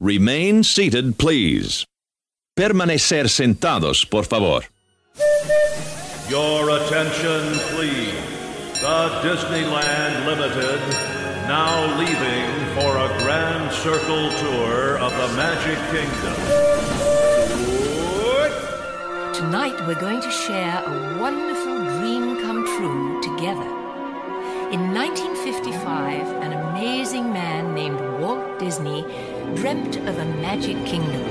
Remain seated, please. Permanecer sentados, por favor. Your attention, please. The Disneyland Limited now leaving for a grand circle tour of the Magic Kingdom. Tonight, we're going to share a wonderful dream come true together. In 1955, an amazing man named Walt Disney dreamt of a magic kingdom.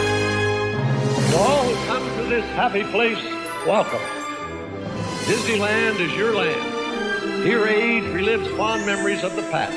To all who come to this happy place, welcome. Disneyland is your land. Here age relives fond memories of the past,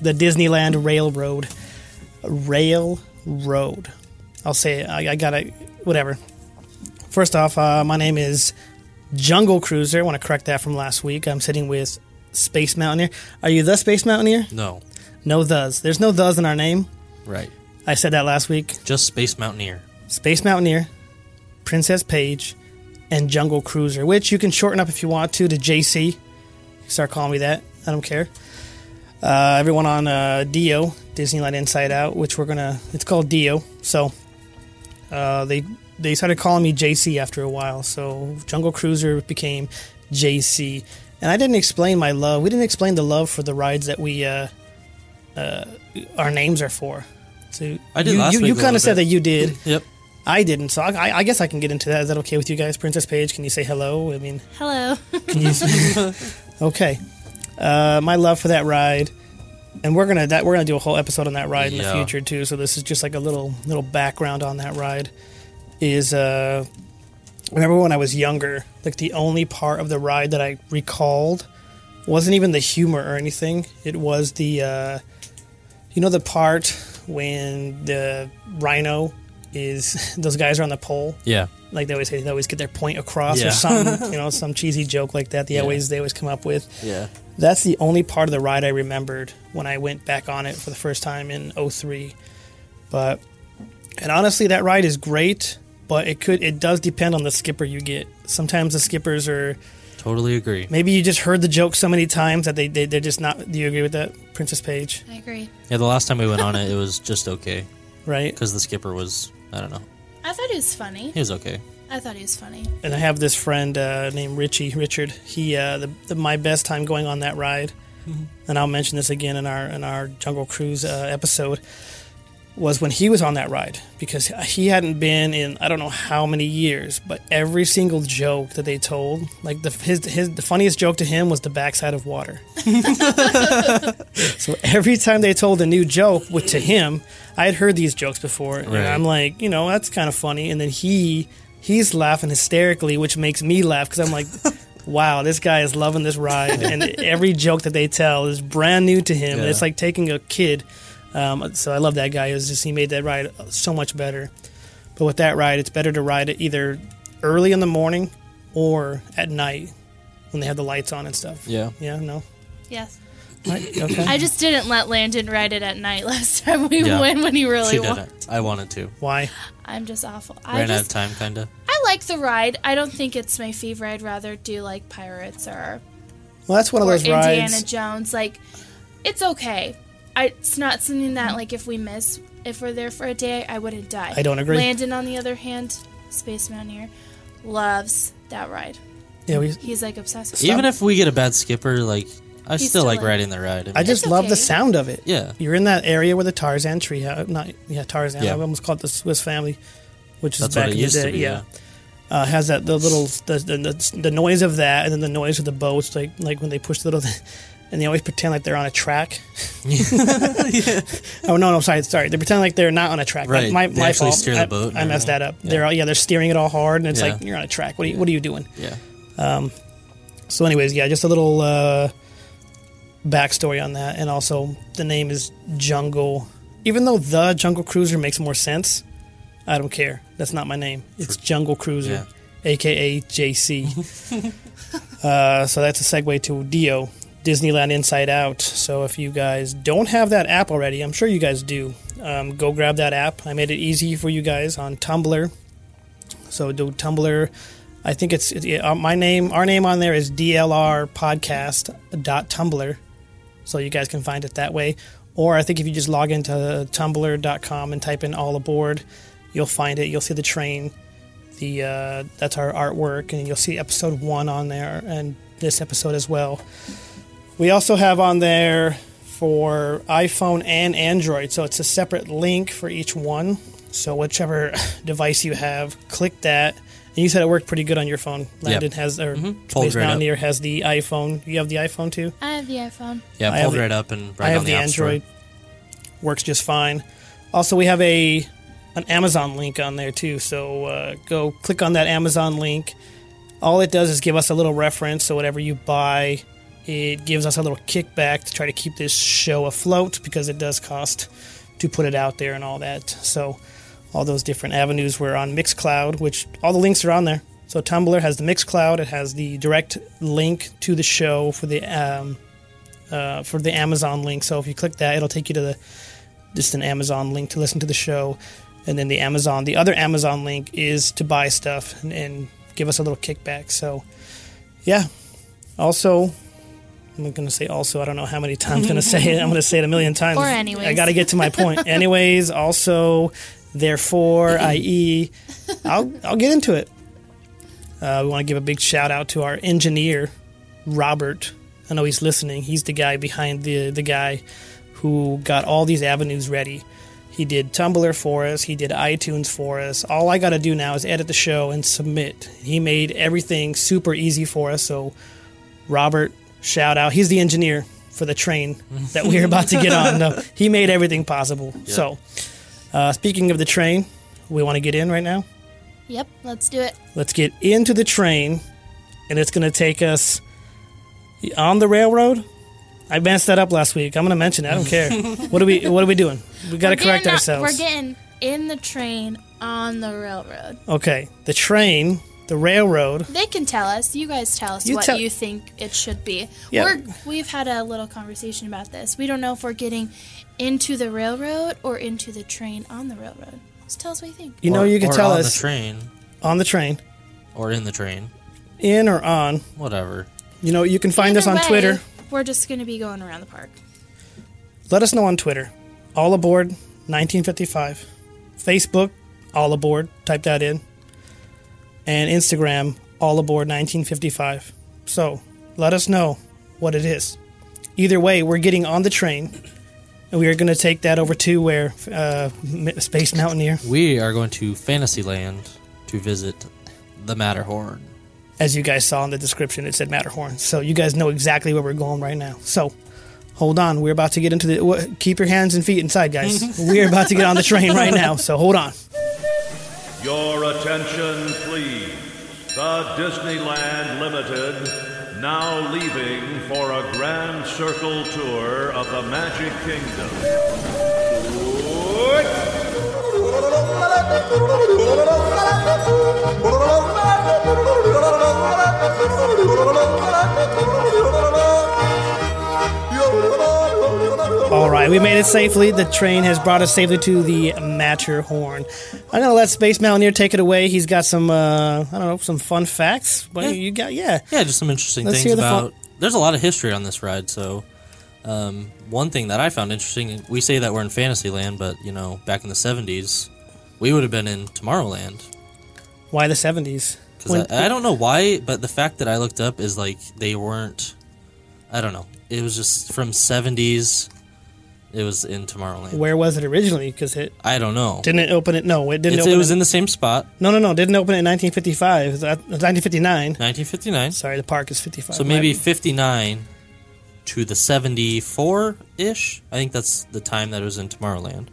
the Disneyland Railroad. Railroad. I'll say it. I, I gotta whatever. First off, uh, my name is Jungle Cruiser. I want to correct that from last week. I'm sitting with Space Mountaineer. Are you the Space Mountaineer? No. No thes. There's no thes in our name. Right. I said that last week. Just Space Mountaineer. Space Mountaineer, Princess Page, and Jungle Cruiser, which you can shorten up if you want to to JC. Start calling me that. I don't care. Uh, everyone on uh, Dio, Disneyland Inside Out, which we're gonna. It's called Dio. So uh, they they started calling me JC after a while. So Jungle Cruiser became JC, and I didn't explain my love. We didn't explain the love for the rides that we uh, uh, our names are for. So I did You, last you, week you a kind little of said that bit. you did. Yep. I didn't, so I, I guess I can get into that. Is that okay with you guys, Princess Page? Can you say hello? I mean, Hello. can you? okay. Uh, my love for that ride, and we're gonna that we're gonna do a whole episode on that ride in the Yeah. future too. So this is just like a little little background on that ride. Is uh, remember when I was younger? Like the only part of the ride that I recalled wasn't even the humor or anything. It was the uh, you know the part when the rhino is those guys are on the pole Yeah. like they always say they always get their point across Yeah. or some you know some cheesy joke like that they Yeah. always they always come up with Yeah. that's the only part of the ride i remembered when i went back on it for the first time in 03 but and honestly that ride is great but it could it does depend on the skipper you get sometimes the skippers are Totally agree. maybe you just heard the joke so many times that they, they they're just not do you agree with that princess page I agree. Yeah, the last time we went on it, it was just okay right because the skipper was I don't know. I thought it was funny. He was okay. I thought it was funny. and I have this friend uh, named Richie Richard. He uh, the, the my best time going on that ride, and I'll mention this again in our in our Jungle Cruise uh, episode was when he was on that ride because he hadn't been in I don't know how many years, but every single joke that they told, like the his his the funniest joke to him was the backside of water. so every time they told a new joke with to him, I had heard these jokes before, and Right. I'm like, you know, that's kind of funny. And then he he's laughing hysterically, which makes me laugh because I'm like. Wow, this guy is loving this ride, and every joke that they tell is brand new to him. Yeah. It's like taking a kid um, so I love that guy. It was just he made that ride so much better. But with that ride, it's better to ride it either early in the morning or at night when they have the lights on and stuff. Yeah. Yeah. No. Yes. Right, Okay. I just didn't let Landon ride it at night last time we Yeah. went when he really she wanted. didn't. I wanted to. Why? I'm just awful. I Ran out of just time, kinda. I like the ride. I don't think it's my favorite. I'd rather do like Pirates or Well, that's one of or those Indiana rides. Jones. Like it's okay. I, it's not something that like if we miss if we're there for a day, I wouldn't die. I don't agree. Landon on the other hand, Space Mountaineer, loves that ride. yeah. We, He's like obsessed with Even if we get a bad skipper, like I He's still still like in. riding the ride. I mean, just It's love okay. the sound of it. Yeah. You're in that area where the Tarzan tree, ha- not yeah Tarzan. Yeah. I almost called it the Swiss Family, which is That's back what it in used the day. to be. Yeah. uh, has that the little the, the, the, the noise of that, and then the noise of the boats, like like when they push the little. and they always pretend like they're on a track. Oh no, no, sorry, sorry. They pretend like they're not on a track. Right. My, They my actually fault. steer the I, boat and I messed that everything. up. They're all, yeah, they're steering it all hard, and it's Yeah. like you're on a track. What are you, what are you doing? Yeah. So, anyways, yeah, just a little uh, backstory on that, and also the name is Jungle. Even though the Jungle Cruiser makes more sense, I don't care. That's not my name. It's Jungle Cruiser, aka JC. uh, so that's a segue to Dio Disneyland Inside Out. So if you guys don't have that app already, I'm sure you guys do. Um, go grab that app. I made it easy for you guys on Tumblr. So do Tumblr. I think it's it, it- uh, my name. Our name on there is dlrpodcast.tumblr. So you guys can find it that way. Or I think if you just log into tumblr.com and type in all aboard, you'll find it. You'll see the train. The uh, that's our artwork, and you'll see episode one on there, and this episode as well. We also have on there for iPhone and Android, so it's a separate link for each one. So whichever device you have, click that. And you said it worked pretty good on your phone. Landon has, or Folds Space Mm-hmm. right up. Mountaineer has the iPhone. You have the iPhone too. I have the iPhone. Yeah, I pulled have right the- up and I right have on the, the, app Android. Store. Works just fine. Also, we have a an Amazon link on there too. So uh, go click on that Amazon link. All it does is give us a little reference. So whatever you buy, it gives us a little kickback to try to keep this show afloat because it does cost to put it out there and all that. So all those different avenues. We're on Mixcloud, which all the links are on there. So Tumblr has the Mixcloud. It has the direct link to the show for the um, uh, for the Amazon link. So if you click that, it'll take you to the just an Amazon link to listen to the show, and then the Amazon, the other Amazon link is to buy stuff and, and give us a little kickback. So, yeah. Also, I'm gonna say also. I don't know how many times I'm gonna say it. I'm gonna say it a million times. Or anyways. I gotta get to my point. anyways, also, therefore, i.e., I'll I'll get into it. Uh, we want to give a big shout out to our engineer, Robert. I know he's listening. He's the guy behind the the guy who got all these avenues ready. He did Tumblr for us. He did iTunes for us. All I got to do now is edit the show and submit. He made everything super easy for us. So, Robert, shout out. He's the engineer for the train that we're about to get on. No, he made everything possible. So, uh, speaking of the train, we want to get in right now. Yep, let's do it. Let's get into the train, and it's going to take us on the railroad. I messed that up last week. I'm going to mention it. I don't care. what are we? What are we doing? We got to We're correct getting on- ourselves. we're getting in the train on the railroad. okay, the train, the railroad. They can tell us. You guys tell us You what tell- you think it should be. Yeah. We're, we've had a little conversation about this. We don't know if we're getting into the railroad or into the train on the railroad. Just tell us what you think. You know, Or- you can or tell on us the train on the train, or in the train, in or on. whatever. You know, you can find us Either on way, Twitter. We're just going to be going around the park. Let us know on Twitter. All aboard 1955. Facebook, all aboard. Type that in. And Instagram, all aboard 1955. So let us know what it is. Either way, we're getting on the train, and we are going to take that over to where uh, M- Space Mountaineer, We are going to Fantasyland to visit the Matterhorn. as you guys saw in the description, it said Matterhorn. So you guys know exactly where we're going right now. So hold on, we're about to get into the. wha- keep your hands and feet inside, guys. we're about to get on the train right now. So hold on. Your attention, please. The Disneyland Limited now leaving for a grand circle tour of the Magic Kingdom. All right, we made it safely. The train has brought us safely to the Matterhorn. I'm gonna let Space Mountaineer take it away. He's got some, uh, I don't know, some fun facts. But Yeah. you got, yeah. Yeah, just some interesting Let's things hear the fun- about. There's a lot of history on this ride, so. Um, one thing that I found interesting, we say that we're in Fantasyland, but you know, back in the '70s, we would have been in Tomorrowland. Why the 70s? When- Because I, I don't know why, but the fact that I looked up is like they weren't. I don't know. It was just from seventies. It was in Tomorrowland. where was it originally? Because it I don't know. didn't it open it. No, it didn't. It's, Open it was in the same spot, No, no, no. it Didn't open it in 1955. It was at- it was 1959. 1959. Sorry, the park is 55. So maybe My- 59 to the 74 ish. I think that's the time that it was in Tomorrowland.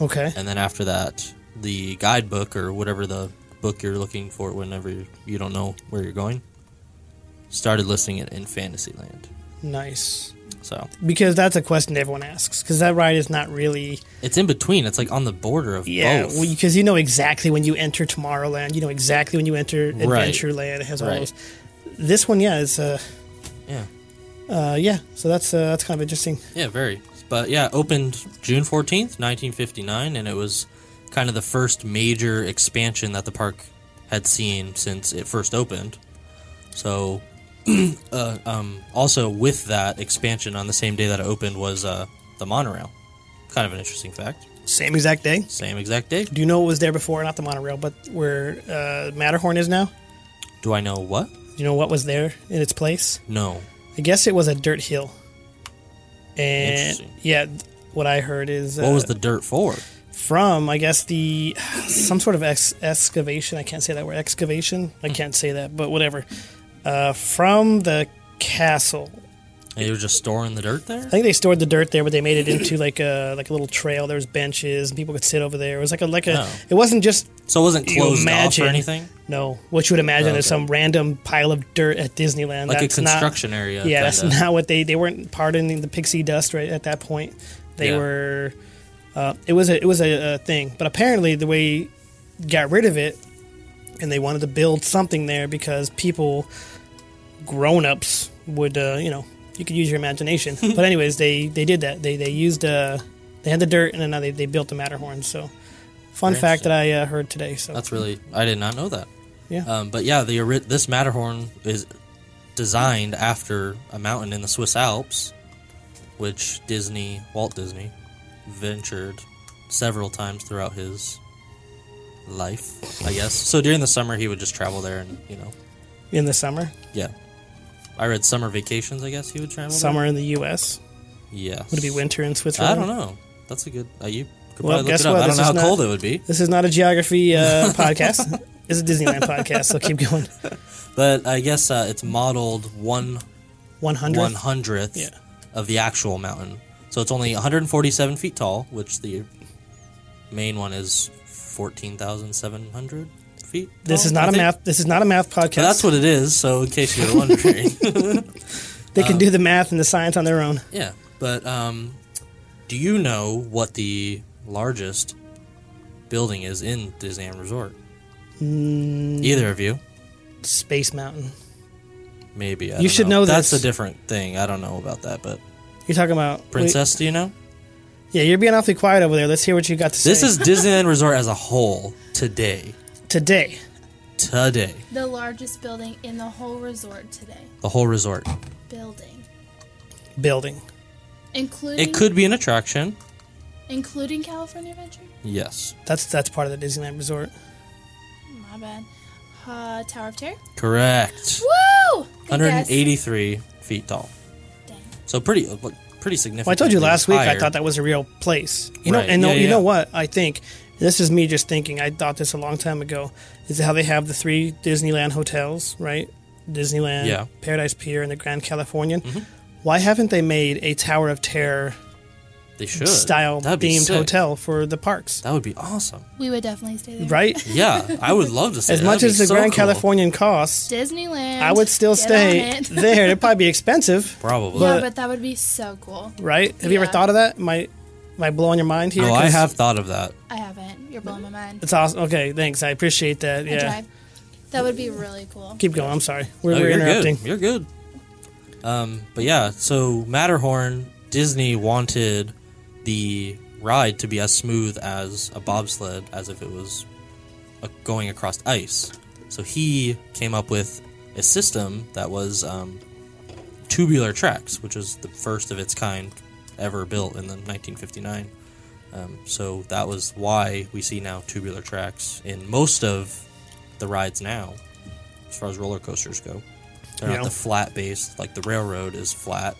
Okay. And then after that, the guidebook or whatever the book you're looking for whenever you don't know where you're going started listing it in Fantasyland. Nice. So Because that's a question everyone asks. Because that ride is not really. it's in between. It's like on the border of both. Because Oh, you know exactly when you enter Tomorrowland. You know exactly when you enter Right. Adventureland. It has all Right. those. This one, yeah, is. Uh, yeah. uh, yeah, so that's uh, that's kind of interesting. Yeah, very. But yeah, opened June 14th, 1959, and it was kind of the first major expansion that the park had seen since it first opened. So, uh, um, also with that expansion on the same day that it opened was uh, the monorail. Kind of an interesting fact. Same exact day. Same exact day. Do you know what was there before? Not the monorail, but where uh, Matterhorn is now. Do I know what? Do you know what was there in its place? No. I guess it was a dirt hill. And Interesting. yeah, what I heard is uh, What was the dirt for? from I guess the some sort of ex- excavation. I can't say that word excavation. Mm. I can't say that, but whatever. Uh, from the castle, They were just storing the dirt there? I think they stored the dirt there, but they made it into like a like a little trail. There was benches and people could sit over there. It was like a like a. Oh. It wasn't just So it wasn't you closed off imagine or anything? No, what you would imagine Oh, is okay. some random pile of dirt at Disneyland. Like a That's construction not, area, Yeah, that's kinda. not what they they weren't pardoning the pixie dust right at that point. They Yeah. were. Uh, it was a it was a, a thing, but apparently the way got rid of it, and they wanted to build something there because people, grown ups, would uh, you know you could use your imagination. but anyways, they they did that. They they used uh, they had the dirt, and then now they, they built the Matterhorn. So, fun Very fact that I uh, heard today. So That's really I did not know that. Yeah. Um, but yeah, the ori- this Matterhorn is designed after a mountain in the Swiss Alps, which Disney Walt Disney ventured several times throughout his life, I guess. So during the summer, he would just travel there, and you know, in the summer. yeah. I read summer vacations. I guess he would travel. summer in the U.S. Yeah. Would it be winter in Switzerland? I don't know. That's a good. Uh, you could Well, probably look guess it up. what? I This don't know is how not- cold it would be. This is not a geography uh, podcast. This is a Disneyland podcast, so keep going. But I guess uh, it's modeled one One hundred. one hundredth Yeah. of the actual mountain. So it's only 147 feet tall, which the main one is 14,700 feet. This tall, is I not a think. math. This is not a math podcast. But that's what it is. So in case you're wondering, they uh, can do the math and the science on their own. yeah. But um, do you know what the largest building is in Disneyland Resort? Mm. Either of you, Space Mountain. maybe. I You don't should know That's this. a different thing. I don't know about that, but You're talking about wait- Princess, do you know? yeah, you're being awfully quiet over there. Let's hear what you got to say. This is Disneyland Resort as a whole today. today. Today. The largest building in the whole resort today. the whole resort. Building. Building. Including It could be an attraction. including California Adventure? Yes. That's that's part of the Disneyland Resort. My bad. Uh, Tower of Terror? Correct. Woo! Good guess. 183 feet tall. Dang. So pretty uh, pretty significant. Well, I told you last week I thought that was a real place. You know, Right. and Yeah, you yeah. know what? I think this is me just thinking. I thought this a long time ago. Is how they have the three Disneyland hotels, right? Disneyland, Yeah. Mm-hmm. Paradise Pier, and the Grand Californian. Why haven't they made a Tower of Terror they should. style That'd be themed sick. hotel for the parks? That would be awesome. We would definitely stay there. Right? Yeah, I would love to see as that. much That'd as be the so Grand cool. Californian costs, Disneyland. I would still Get on stay it. there. It'd probably be expensive, Probably. yeah, but- but that would be so cool. right? Have you ever Yeah. thought of that? Am I, am I blowing your mind here? oh, I 'Cause have thought of that. I haven't. You're blowing my mind. It's awesome. Okay, thanks. I appreciate that. I Yeah. tried. That would be really cool. Keep going. I'm sorry. We're, Oh, we're you're interrupting. good. You're good. Um, but yeah, so Matterhorn, Disney wanted the ride to be as smooth as a bobsled, as if it was uh, going across ice. So he came up with a system that was um, tubular tracks, which was the first of its kind ever built in the 1959. Um, so that was why we see now tubular tracks in most of the rides now, as far as roller coasters go. They're Yeah. not the flat base, like the railroad is flat.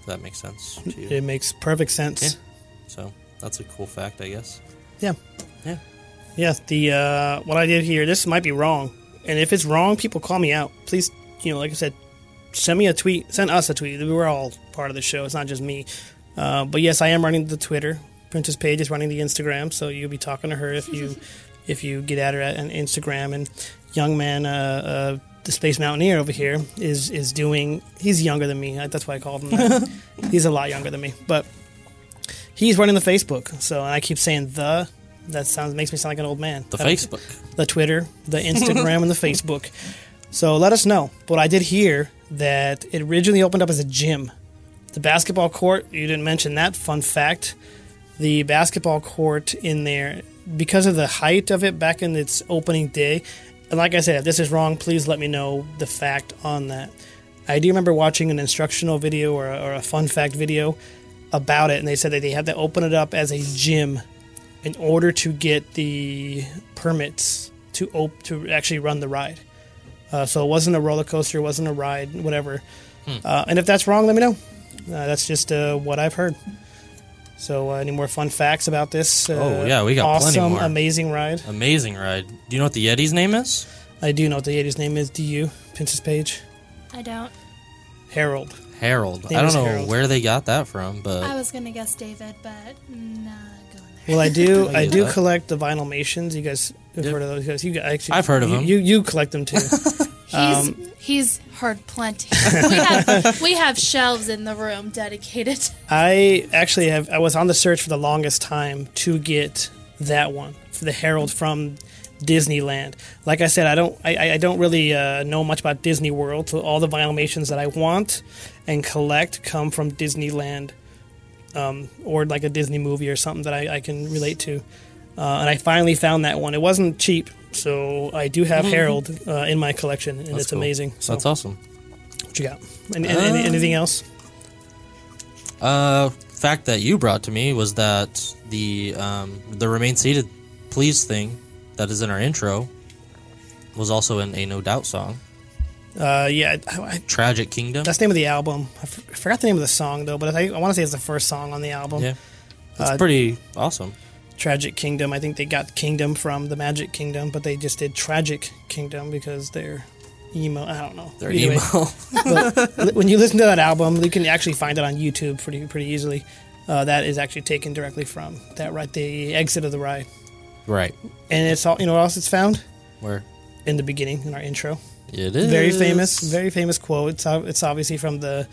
If that makes sense to you. It makes perfect sense. So that's a cool fact, I guess. Yeah. Yeah. Yeah. The uh, what I did here. This might be wrong, and if it's wrong, people call me out. Please, you know, like I said, send me a tweet. Send us a tweet. We were all part of the show. It's not just me. Uh, but yes, I am running the Twitter. Princess Page is running the Instagram, so you'll be talking to her if you if you get at her at an Instagram. And young man, uh, uh, the Space Mountaineer over here is is doing. He's younger than me. That's why I called him. That. he's a lot younger than me, but he's running the Facebook. So and I keep saying the. That sounds makes me sound like an old man. The I don't- Facebook. the Twitter, the Instagram, and the Facebook. So let us know. But I did hear that it originally opened up as a gym. The basketball court, you didn't mention that fun fact. The basketball court in there, because of the height of it back in its opening day, and like I said, if this is wrong, please let me know the fact on that. I do remember watching an instructional video or a, or a fun fact video about it, and they said that they had to open it up as a gym in order to get the permits to op- to actually run the ride. Uh, so it wasn't a roller coaster, it wasn't a ride, whatever. Hmm. Uh, and if that's wrong, let me know. Uh, that's just uh, what I've heard. So, uh, any more fun facts about this? Uh, Oh, yeah, we got awesome, plenty more. amazing ride. Amazing ride. Do you know what the Yeti's name is? I do know what the lady's name is. Do you, Princess Page? I don't. Harold. Harold. Name I don't is know Harold. where they got that from, but I was gonna guess David, but nah, going there. Well, I do. I get do that. collect the vinyl mations. You guys have Yep. heard of those? Guys, you guys, actually, I've heard of you, them. You you collect them too. He's Um, he's heard plenty. we have we have shelves in the room dedicated. to- I actually have. I was on the search for the longest time to get that one for the Herald from Disneyland. Like I said, I don't. I- I, I don't really uh, know much about Disney World, so all the violations that I want and collect come from Disneyland, um, or like a Disney movie or something that I, I can relate to. Uh, and I finally found that one. It wasn't cheap, so I do have Herald uh, in my collection, and Mm-hmm. that's it's cool. amazing. So That's Um, awesome. what you got? Any, any- any- anything else? Uh, fact that you brought to me was that the um, the remain seated, please thing that is in our intro was also in a No Doubt song, Uh, yeah, I, I, Tragic Kingdom. That's the name of the album. I f- I forgot the name of the song though, but I, I want to say it's the first song on the album. yeah, it's Uh, pretty awesome. Tragic Kingdom. I think they got Kingdom from the Magic Kingdom, but they just did Tragic Kingdom because they're emo. I don't know. Their Either way, emo. li- when you listen to that album, you can actually find it on YouTube pretty pretty easily. Uh, that is actually taken directly from that right the exit of the ride, right. and it's all you know. What else it's found Where in the beginning in our intro. it is very famous, very famous quote. It's ob- it's obviously from the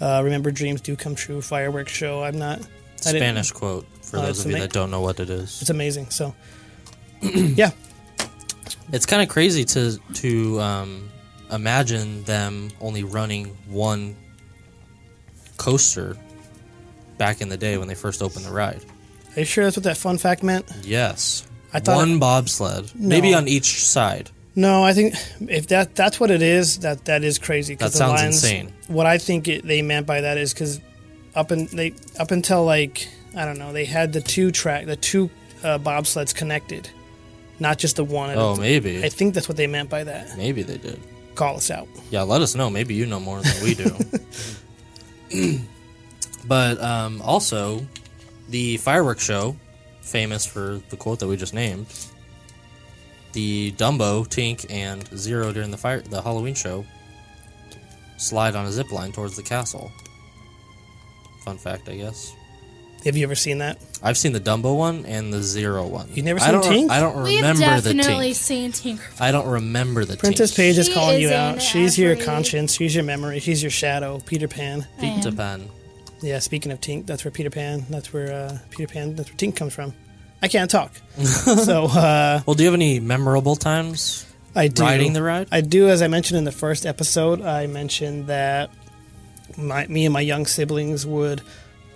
uh, "Remember Dreams Do Come True" fireworks show. I'm not I didn't- Spanish quote for Oh, those it's of you ama- that don't know what it is. It's amazing. So, yeah, It's kind of crazy to to um, imagine them only running one coaster back in the day when they first opened the ride. are you sure that's what that fun fact meant? Yes. I thought one bobsled, maybe No. on each side. No, I think if that that's what it is, that that is crazy. 'cause That sounds the Lions, insane. What I think it, they meant by that is because up in they up until like I don't know, they had the two track, the two uh, bobsleds connected, not just the one. Oh, maybe, I think that's what they meant by that. maybe they did. Call us out. Yeah, let us know. Maybe you know more than we do. but um, also, the fireworks show, famous for the quote that we just named. The Dumbo, Tink, and Zero during the fire the Halloween show slide on a zip line towards the castle. Fun fact, I guess. Have you ever seen that? I've seen the Dumbo one and the Zero one. You never I seen don't re- Tink? I don't We've remember the definitely Tink. seen Tinker. I don't remember the Princess Paige is She calling you is in out. She's your every- conscience. She's your memory. She's your shadow. Peter Pan. Pan. Pizza Pan. Yeah, speaking of Tink, that's where Peter Pan, that's where uh, Peter Pan, that's where Tink comes from. I can't talk, so uh, Well, do you have any memorable times? I do. Riding the ride? I do. As I mentioned in the first episode, I mentioned that my, me and my young siblings would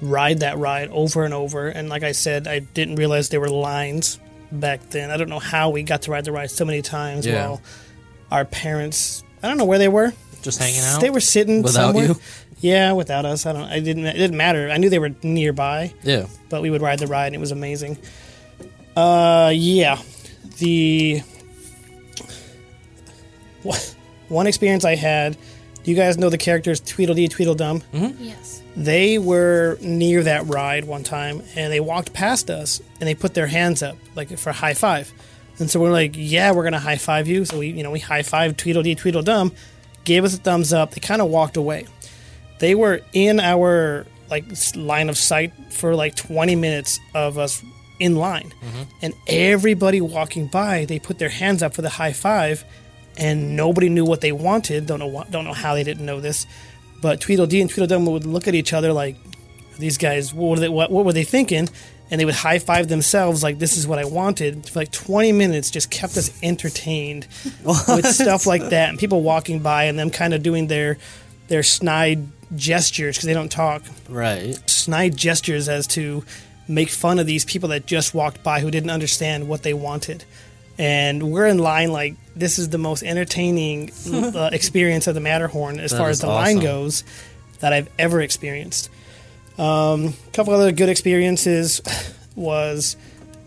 ride that ride over and over. And like I said, I didn't realize there were lines back then. I don't know how we got to ride the ride so many times Yeah. while our parents. I don't know where they were. Just hanging out. They were sitting Without somewhere. you? Yeah, without us. I don't. I didn't. It didn't matter. I knew they were nearby Yeah. but we would ride the ride and it was amazing. Uh, yeah, the one experience I had. Do you guys know the characters Tweedledee, Tweedledum? Yes. They were near that ride one time and they walked past us and they put their hands up like for a high five. And so we're like, yeah, we're gonna high five you. So we, you know, we high five Tweedledee, Tweedledum, gave us a thumbs up. They kind of walked away. They were in our like s- line of sight for like 20 minutes of us in line, and everybody walking by, they put their hands up for the high five, and nobody knew what they wanted. Don't know wh- don't know how they didn't know this, but Tweedledee and Tweedledum would look at each other like, these guys what were they what, what were they thinking and they would high five themselves like this is what i wanted for like 20 minutes just kept us entertained with stuff like that and people walking by and them kind of doing their their snide gestures because they don't talk Right. snide gestures as to make fun of these people that just walked by who didn't understand what they wanted. And we're in line like this is the most entertaining uh, experience of the Matterhorn as That far is as the line awesome. goes that I've ever experienced. Um, a couple other good experiences was,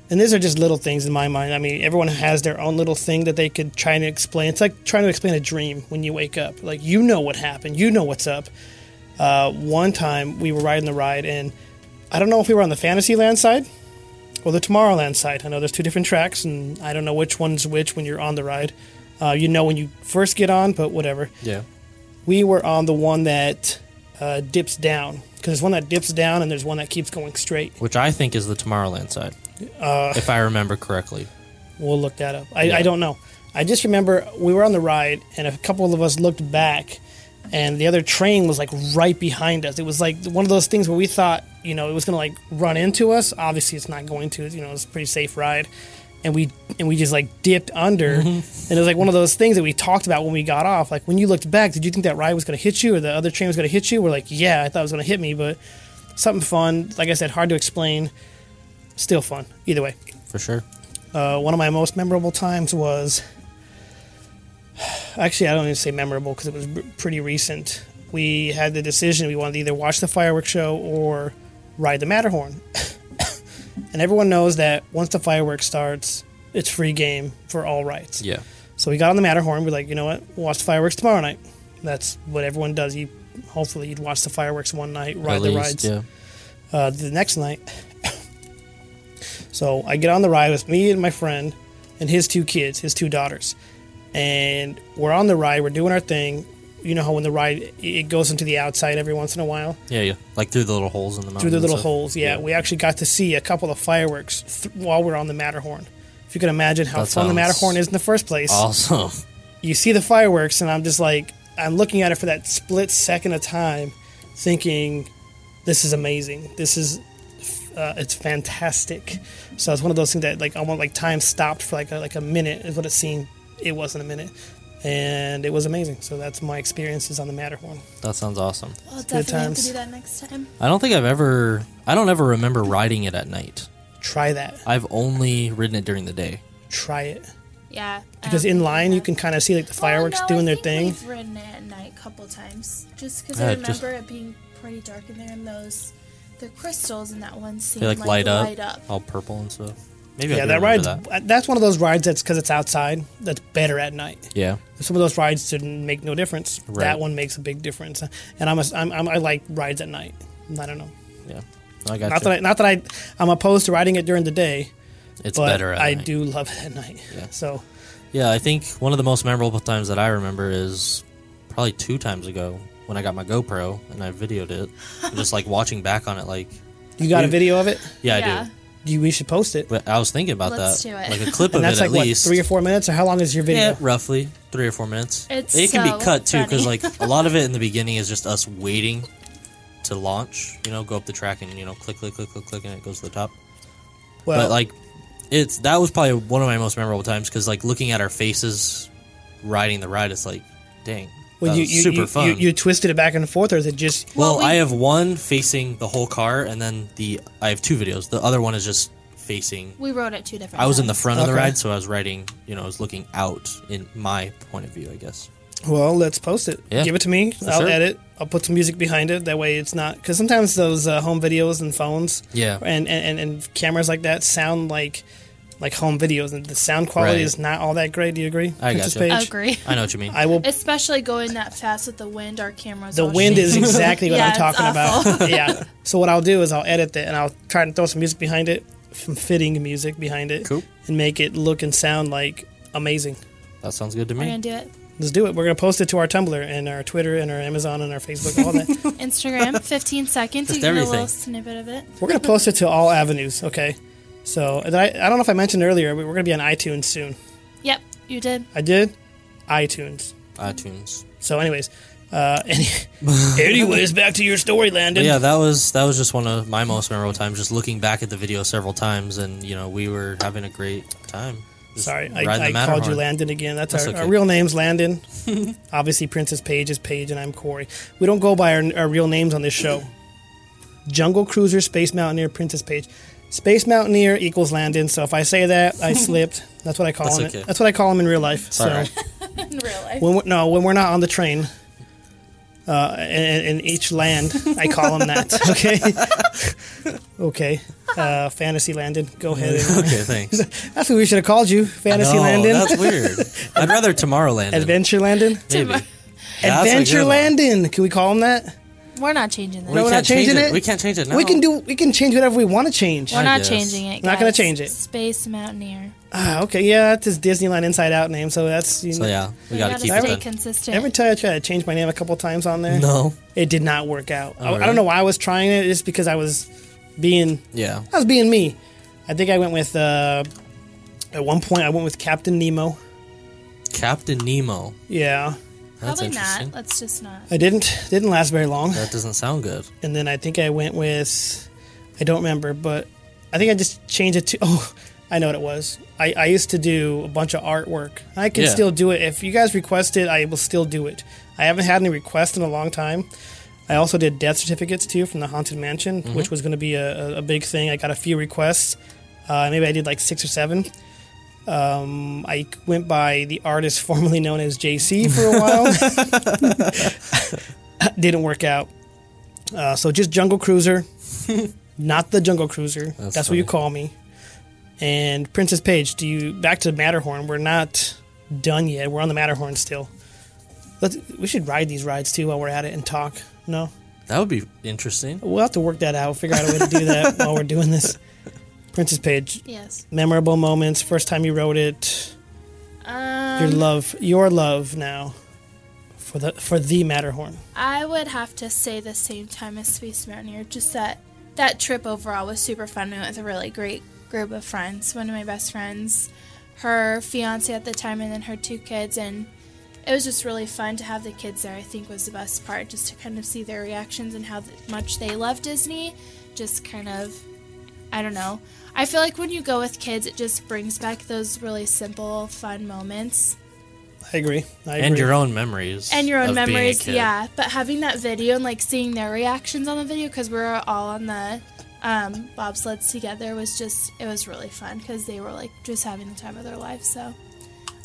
and these are just little things in my mind. I mean, everyone has their own little thing that they could try and explain. It's like trying to explain a dream when you wake up. Like you know what happened, you know what's up, uh, one time we were riding the ride, and I don't know if we were on the Fantasyland side or the Tomorrowland side. I know there's two different tracks, and I don't know which one's which when you're on the ride. Uh, you know when you first get on, but whatever. Yeah. We were on the one that uh, dips down because there's one that dips down and there's one that keeps going straight. Which I think is the Tomorrowland side, Uh, if I remember correctly. We'll look that up. I, I don't know. I just remember we were on the ride, and a couple of us looked back, and the other train was like right behind us. It was like one of those things where we thought, you know, it was gonna like run into us. Obviously, it's not going to. You know, it's a pretty safe ride, and we and we just like dipped under, and it was like one of those things that we talked about when we got off. Like when you looked back, did you think that ride was gonna hit you or the other train was gonna hit you? We're like, yeah, I thought it was gonna hit me, but something fun. Like I said, hard to explain. Still fun either way For sure. uh, one of my most memorable times was actually I don't even say memorable because it was b- pretty recent. We had the decision we wanted to either watch the fireworks show or ride the Matterhorn, and everyone knows that once the fireworks starts, it's free game for all rides. Yeah. So we got on the Matterhorn. We're like, you know what? We'll watch the fireworks tomorrow night. That's what everyone does. You hopefully you'd watch the fireworks one night, ride At the least, rides Yeah. uh, the next night. so I get on the ride with me and my friend and his two kids, his two daughters. And we're on the ride, we're doing our thing. You know how when the ride it- it goes into the outside every once in a while Yeah. Yeah. Like through the little holes in the mountain. through the and little stuff. holes. Yeah, we actually got to see a couple of fireworks th- while we're on the Matterhorn. If you can imagine how That fun the sounds Matterhorn is in the first place, Awesome. you see the fireworks, and I'm just like, I'm looking at it for that split second of time, thinking, this is amazing. This is, uh, it's fantastic. So it's one of those things that like almost like time stopped for like a, like a minute is what it seemed. It wasn't a minute, and it was amazing. So that's my experiences on the Matterhorn. That sounds awesome. I'll good definitely have to times. do that next time. I don't think I've ever. I don't ever remember riding it at night. Try that. I've only ridden it during the day. Try it Yeah. um, because in line you can kind of see like the fireworks doing their thing. We've ridden it at night a couple times, just because I Yeah, remember just- it being pretty dark in there, and those the crystals in that one scene They like, light, up, Oh, light up. all purple and stuff. Maybe I Yeah, do that remember ride's that. that's one of those rides that's because it's outside. That's better at night. Yeah, some of those rides didn't make no difference. Right. That one makes a big difference. And I'm, a, I'm, I'm I like rides at night. I don't know. yeah. I got Not that I, not that I I'm opposed to riding it during the day, It's but better. At I night. do love it at night. So Yeah, I think one of the most memorable times that I remember is probably two times ago when I got my GoPro and I videoed it. I'm just like watching back on it, like you got a video of it? yeah, I Yeah. do. You we should post it. But I was thinking about Let's that, do it. like a clip of And that's it like at what least three or four minutes, or how long is your video? Yeah, roughly three or four minutes. It's it can so be cut too, because funny. like a lot of it in the beginning is just us waiting to launch. You know, go up the track and you know click, click, click, click, click, and it goes to the top. well, but like, it's that was probably one of my most memorable times because like looking at our faces riding the ride, it's like, dang, when that you, was you, uh, super you, fun. You, you twisted it back and forth, or is it just well, Well, we- I have one facing the whole car, and then the I have two videos. The other one is just facing. We rode it two different. I was in the times. front of the Okay. ride, so I was riding. You know, I was looking out in my point of view, I guess. Well, let's post it. Yeah. Give it to me. For I'll sure. edit. I'll put some music behind it. That way, it's not because sometimes those uh, home videos and phones, Yeah. and, and, and and cameras like that sound like like home videos, and the sound quality Right. is not all that great. Do you agree? I Princess gotcha. Paige? Agree. I know what you mean. I will. Especially going that fast with the wind, our cameras. The all wind is shaking. exactly what Yeah, I'm it's talking awful. about. yeah. So what I'll do is I'll edit that and I'll try and throw some music behind it, some fitting music behind it, Cool. and make it look and sound like amazing. That sounds good to We're me. gonna do it. Let's do it. We're gonna post it to our Tumblr and our Twitter and our Amazon and our Facebook, all that. Instagram, 15 seconds. Just you get a everything. little snippet of it. we're gonna post it to all avenues. Okay. So and I, I don't know if I mentioned earlier, but we're gonna be on iTunes soon. Yep, you did. I did iTunes. iTunes. So, anyways, uh, any, anyways, back to your story, Landon. But yeah, that was that was just one of my most memorable times. Just looking back at the video several times, and you know we were having a great time. Just Sorry, riding I, I the called you Matterhorn. Landon again. That's, That's our, okay. our real name's Landon. Obviously, Princess Paige is Paige, and I'm Corey. We don't go by our, our real names on this show. Jungle Cruiser, Space Mountaineer, Princess Paige. Space Mountaineer equals Landon. So if I say that, I slipped. That's what I call That's him. okay. That's what I call him in real life. Sorry. So In real life. when we're, no, when we're not on the train, uh, in, in each land, I call him that. Okay. okay. Uh, Fantasy Landon, go ahead. okay, thanks. That's what we should have called you, Fantasy No, Landon. That's weird. I'd rather Tomorrowland. Adventure Landon? Maybe. That's a good Adventure one. Landon. Can we call him that? We're not changing that. We No, we're can't not change changing it. it. We can't change it We now. can do we can change whatever we want to change. We're not guess. changing it. Not gonna guys. change it. Space Mountaineer. Ah, okay, yeah, that's his Disneyland Inside Out name, so that's you So know, yeah, we, We gotta, gotta keep stay it. Then. consistent. Every time I tried to change my name a couple times on there, No. it did not work out. I, I really? don't know why I was trying it. It's because I was being Yeah. I was being me. I think I went with uh, at one point I went with Captain Nemo. Captain Nemo. Yeah, That's Probably interesting. not. Let's just not. I didn't didn't last very long. That doesn't sound good. and then I think I went with I don't remember, but I think I just changed it to oh I know what it was. I, I used to do a bunch of artwork. I can Yeah. still do it. If you guys request it, I will still do it. I haven't had any requests in a long time. I also did death certificates too from the Haunted Mansion, which was going to be a, a- a big thing. I got a few requests. Uh, maybe I did like six or seven. Um, I went by the artist formerly known as JC for a while. Didn't work out. Uh, so just Jungle Cruiser, not the Jungle Cruiser. That's, what you call me. And Princess Page, do you back to Matterhorn? We're not done yet. We're on the Matterhorn still. Let's, we should ride these rides too while we're at it and talk. No, That would be interesting. we'll have to work that out. Figure out a way to do that while we're doing this. Princess Page, Yes. memorable moments. First time you rode it. Um, your love, your love now for the for the Matterhorn. I would have to say the same time as Space Mountaineer. Just that that trip overall was super fun. We went with a really great group of friends. One of my best friends, her fiance at the time, and then her two kids, and it was just really fun to have the kids there. I think was the best part, just to kind of see their reactions and how th- much they love Disney. Just kind of, I don't know. I feel like when you go with kids, it just brings back those really simple, fun moments I agree. I agree. And your own memories. and your own of being a memories kid. yeah but having that video and like seeing their reactions on the video because we were all on the um, bobsleds together was just it was really fun because they were like just having the time of their life so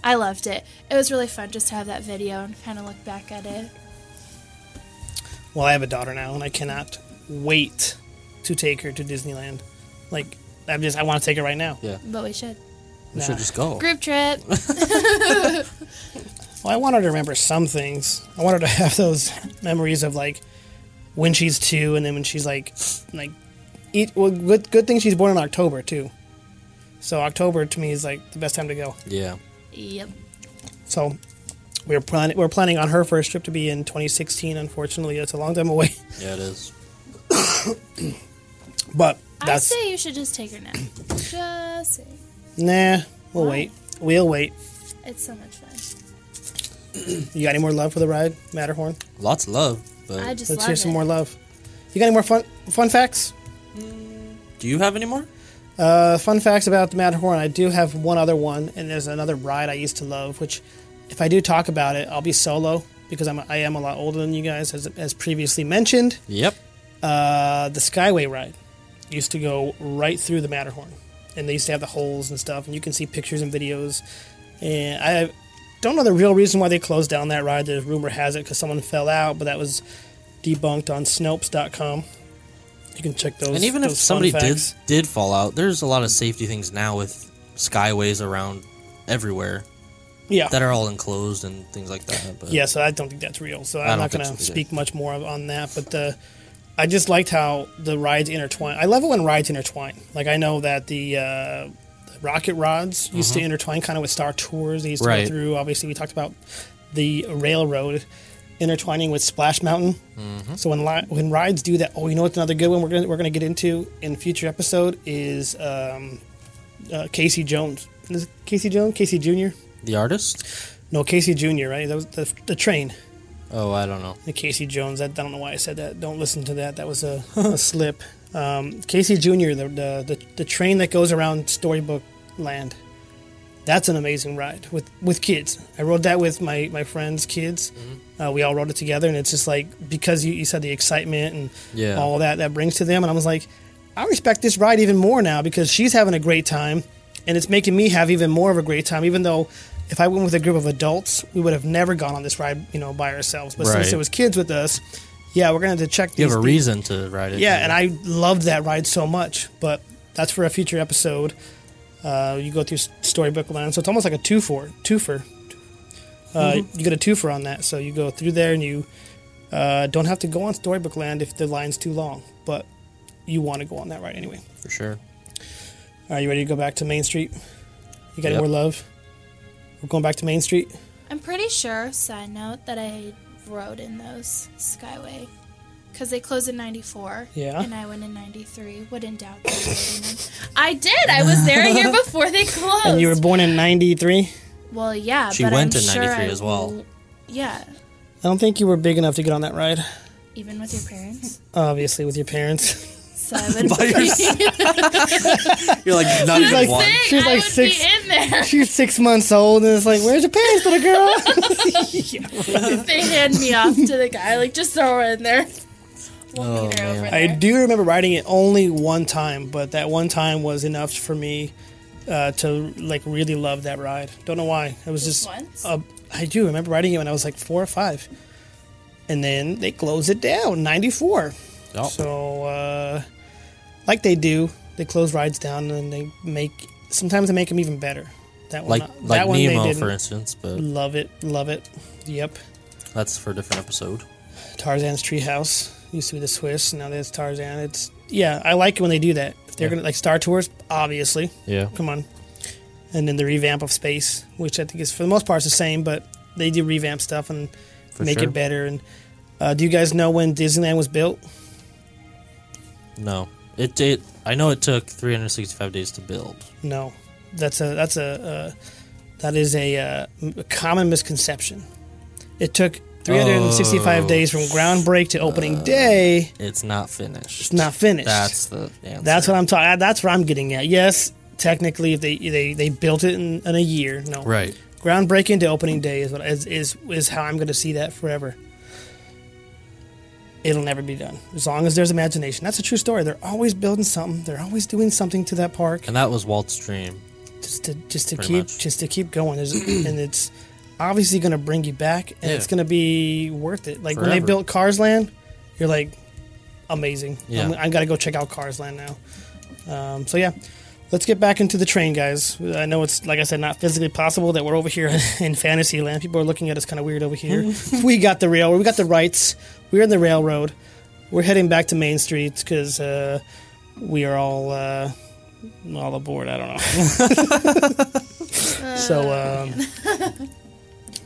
i loved it it was really fun just to have that video and kind of look back at it Well, I have a daughter now, and I cannot wait to take her to Disneyland. Like, I'm just, I want to take her right now. but we should We should just go. group trip Well, I want her to remember some things. I want her to have those memories of like when she's two, and then when she's like, like, eat. Well, good, good thing she's born in October too. So October to me is like the best time to go. Yeah. yep So we're planning, we're planning on her first trip to be in 2016. Unfortunately, it's a long time away, Yeah, it is. but i that's say you should just take her now just saying. nah. We'll wait. We'll wait. it's so much fun You got any more love for the ride, Matterhorn? Lots of love, but i just Let's love hear some it. more love. You got any more fun fun facts? do you have any more? Uh, fun facts about the Matterhorn. I do have one other one, and there's another ride I used to love. Which, if I do talk about it, I'll be solo because I'm I am a lot older than you guys, as as previously mentioned. Yep. Uh, the Skyway ride used to go right through the Matterhorn, and they used to have the holes and stuff, and you can see pictures and videos. And I don't know the real reason why they closed down that ride. The rumor has it because someone fell out, but that was debunked on Snopes.com. You can check those. And even if those fun somebody did facts. did fall out, there's a lot of safety things now with skyways around everywhere yeah, that are all enclosed and things like that. But yeah. So I don't think that's real. So I I'm don't not think going so to either. speak much more of- on that. But the, I just liked how the rides intertwine. I love it when rides intertwine. Like I know that the. Uh, the Rocket rods used to intertwine kind of with Star Tours. They used to Mm-hmm. Right. go through. Obviously, we talked about the railroad intertwining with Splash Mountain. Mm-hmm. So when li- when rides do that, oh, you know what's another good one we're gonna we're gonna get into in future episode is um, uh, Casey Jones. Is it Casey Jones? Casey Junior? The artist? No, Casey Junior. Right? That was the, the train. Oh, I don't know. The Casey Jones. I, I don't know why I said that. Don't listen to that. That was a, a slip. Um, Casey Junior. The, the the the train that goes around Storybook Land. That's an amazing ride with with kids. I rode that with my my friends' kids. Mm-hmm. Uh, we all rode it together, and it's just like because you, you said the excitement and Yeah. all that that brings to them. And I was like, I respect this ride even more now because she's having a great time, and it's making me have even more of a great time. Even though if I went with a group of adults, we would have never gone on this ride, you know, by ourselves. But since Right. it was kids with us, yeah, we're gonna have to check. You these have a things- reason to ride it. yeah, and I loved that ride so much. But that's for a future episode. Uh, you go through s- Storybook Land, so it's almost like a two for twofer. Uh, You get a twofer on that, so you go through there and you uh, don't have to go on Storybook Land if the line's too long, but you want to go on that ride anyway. for sure. Are you ready to go back to Main Street? You got any Yep. more love? We're going back to Main Street. I'm pretty sure, side note, that I rode in those Skyway. Because they closed in 94. Yeah. And I went in 93. Wouldn't doubt that. I rode in them. I did. I was there a year before they closed. And you were born in '93. well, yeah. She but went I'm in sure 93 I as well. w- Yeah. I don't think you were big enough to get on that ride, Even with your parents. obviously, with your parents. So I would By yourself. You're like not even Like, one. sick, She was I like would six- be in there. She's six months old, and it's like, where's your parents, little girl? they hand me off to the guy. Like, just throw her in there. We'll Oh, meet her over man. there. I do remember riding it only one time, but that one time was enough for me uh, to like really love that ride. Don't know why. It was just. Just once? Uh, I do remember riding it when I was like four or five, and then they closed it down. Ninety four. Oh. So, uh, like they do, they close rides down and they make. Sometimes they make them even better. That one, uh, like that like one they Nemo didn't. Mm. for instance, but Love it, love it. Yep. that's for a different episode. Tarzan's treehouse. Used to be the Swiss, now there's Tarzan. It's yeah, I like it when they do that. If they're gonna like Star Tours, obviously. Yeah. Come on. And then the revamp of space, which I think is for the most part is the same, but they do revamp stuff and For make sure. it better. And uh, do you guys know when Disneyland was built? No. It it I know it took 365 days to build. No, that's a that's a uh, that is a, uh, m- a common misconception. It took 365 Oh. uh, days from ground break to opening day. It's not finished. It's not finished. That's the answer. That's what I'm talking. That's what I'm getting at. Yes, technically, if they they, they built it in, in a year, no, Right. Groundbreaking to opening day is what is is, is how I'm going to see that forever. It'll never be done as long as there's imagination. That's a true story. They're always building something. They're always doing something to that park And that was Walt's dream. just to just to Pretty keep much. just to keep going. There's, and it's obviously going to bring you back, and Yeah. it's going to be worth it. Like when they Forever. built Cars Land, you're like, amazing. Yeah. I'm, I got to go check out Cars Land now. Um, so yeah, let's get back into the train, guys. I know it's like I said, not physically possible that we're over here in fantasy land. People are looking at us kind of weird over here. we got the railroad. We got the rights. We're in the railroad. We're heading back to Main Street because uh, we are all uh, all aboard. I don't know. So, um,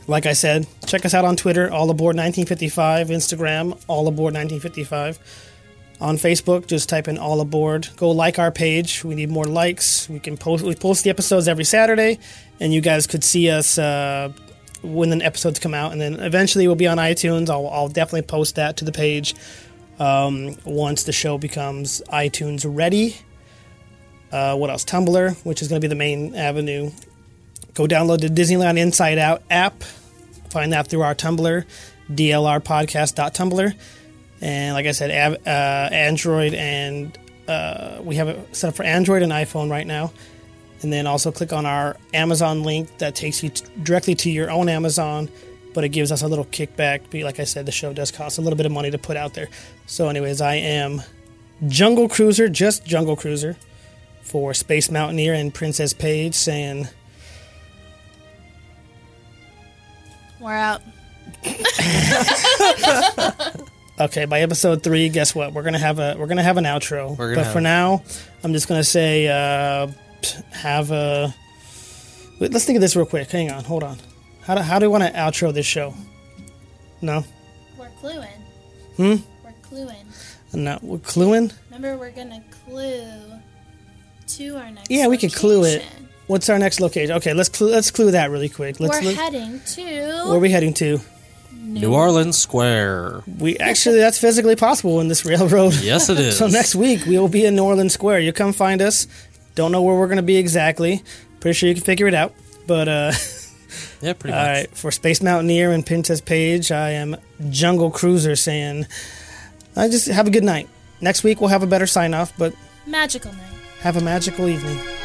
like I said, check us out on Twitter, All Aboard 1955, Instagram, All Aboard 1955. On Facebook, just type in All Aboard. Go like our page. We need more likes. We can post. We post the episodes every Saturday, and you guys could see us uh, when the episodes come out. And then eventually, we'll be on iTunes. I'll, I'll definitely post that to the page um, once the show becomes iTunes ready. Uh, what else? Tumblr, which is going to be the main avenue go download the Disneyland Inside Out app. Find that through our Tumblr, dlrpodcast.tumblr. And like I said, av- uh, Android and uh, we have it set up for Android and iPhone right now. And then also click on our Amazon link that takes you t- directly to your own Amazon, but it gives us a little kickback. Be- Like I said, the show does cost a little bit of money to put out there. So, anyways, I am Jungle Cruiser, just Jungle Cruiser, for Space Mountaineer and Princess Paige saying. We're out. Okay, by episode three, guess what? We're gonna have a we're gonna have an outro. We're gonna but have- for now, I'm just gonna say uh, have a. Wait, let's think of this real quick. Hang on, hold on. How do, how do we want to outro this show? No, We're cluing. Hmm? We're cluing. no, we're cluing. Remember, we're going to clue to our next Yeah, we could clue it. location. What's our next location? Okay, let's clue, let's clue that really quick. Let's We're look- heading to. where are we heading to? New Orleans Square. We actually that's physically possible in this railroad. Yes, it is. So next week we will be in New Orleans Square. You come find us. Don't know where we're going to be exactly. Pretty sure you can figure it out. But uh, Yeah, pretty all much. right, for Space Mountaineer and Princess Page, I am Jungle Cruiser saying, I just have a good night. Next week we'll have a better sign off, but Magical night. have a magical evening.